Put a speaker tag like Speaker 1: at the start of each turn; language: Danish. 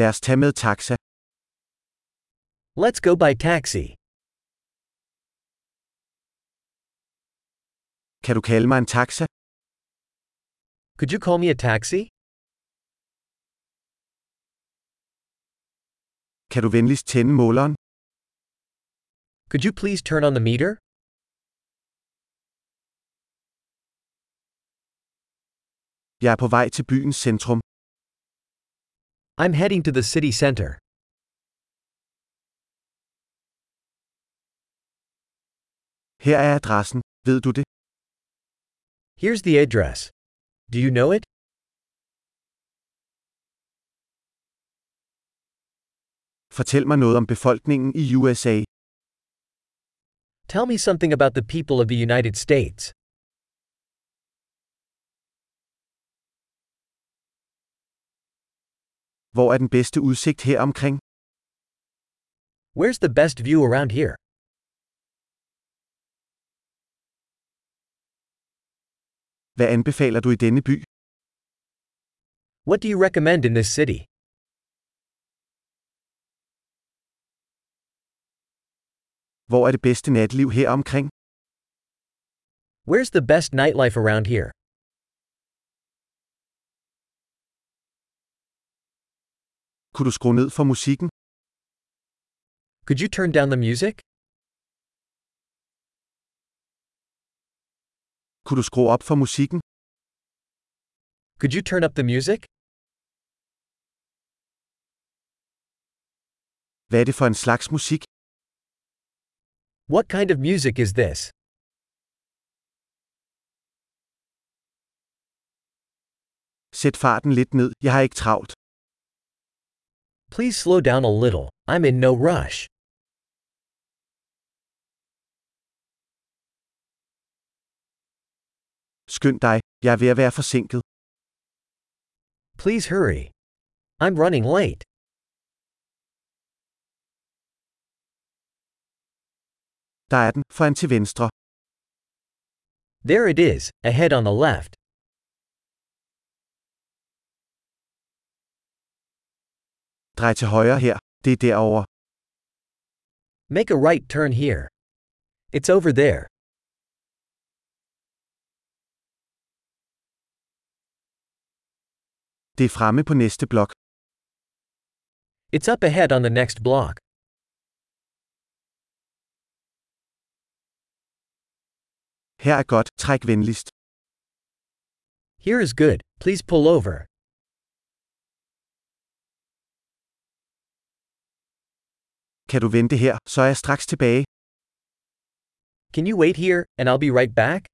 Speaker 1: Lad os tage med taxa.
Speaker 2: Let's go by taxi.
Speaker 1: Kan du kalde mig en taxa?
Speaker 2: Could you call me a taxi?
Speaker 1: Kan du venligst tænde måleren?
Speaker 2: Could you please turn on the meter?
Speaker 1: Jeg er på vej til byens centrum.
Speaker 2: I'm heading to the city center.
Speaker 1: Her er adressen. Ved du det?
Speaker 2: Here's the address. Do you know it?
Speaker 1: Fortæl mig noget om befolkningen i USA.
Speaker 2: Tell me something about the people of the United States.
Speaker 1: Hvor er den bedste udsigt her omkring?
Speaker 2: Where's the best view around here?
Speaker 1: Hvad anbefaler du i denne by?
Speaker 2: What do you recommend in this city?
Speaker 1: Hvor er det bedste natliv her omkring?
Speaker 2: Where's the best nightlife around here?
Speaker 1: Kunne du skrue ned for musikken?
Speaker 2: Could you turn down the music?
Speaker 1: Kunne du skrue op for musikken?
Speaker 2: Could you turn up the music?
Speaker 1: Hvad er det for en slags musik?
Speaker 2: What kind of music is this?
Speaker 1: Sæt farten lidt ned. Jeg har ikke travlt.
Speaker 2: Please slow down a little. I'm in no rush.
Speaker 1: Skynd dig. Jeg er ved at være forsinket.
Speaker 2: Please hurry. I'm running late.
Speaker 1: Der er den. Foran til venstre.
Speaker 2: There it is, ahead on the left.
Speaker 1: Drej til højre her. Det er derovre.
Speaker 2: Make a right turn here. It's over there.
Speaker 1: Det er fremme på næste blok.
Speaker 2: It's up ahead on the next block.
Speaker 1: Her er godt. Træk venligst.
Speaker 2: Here is good. Please pull over.
Speaker 1: Kan du vente her, så er jeg straks tilbage.
Speaker 2: Can you wait here, and I'll be right back?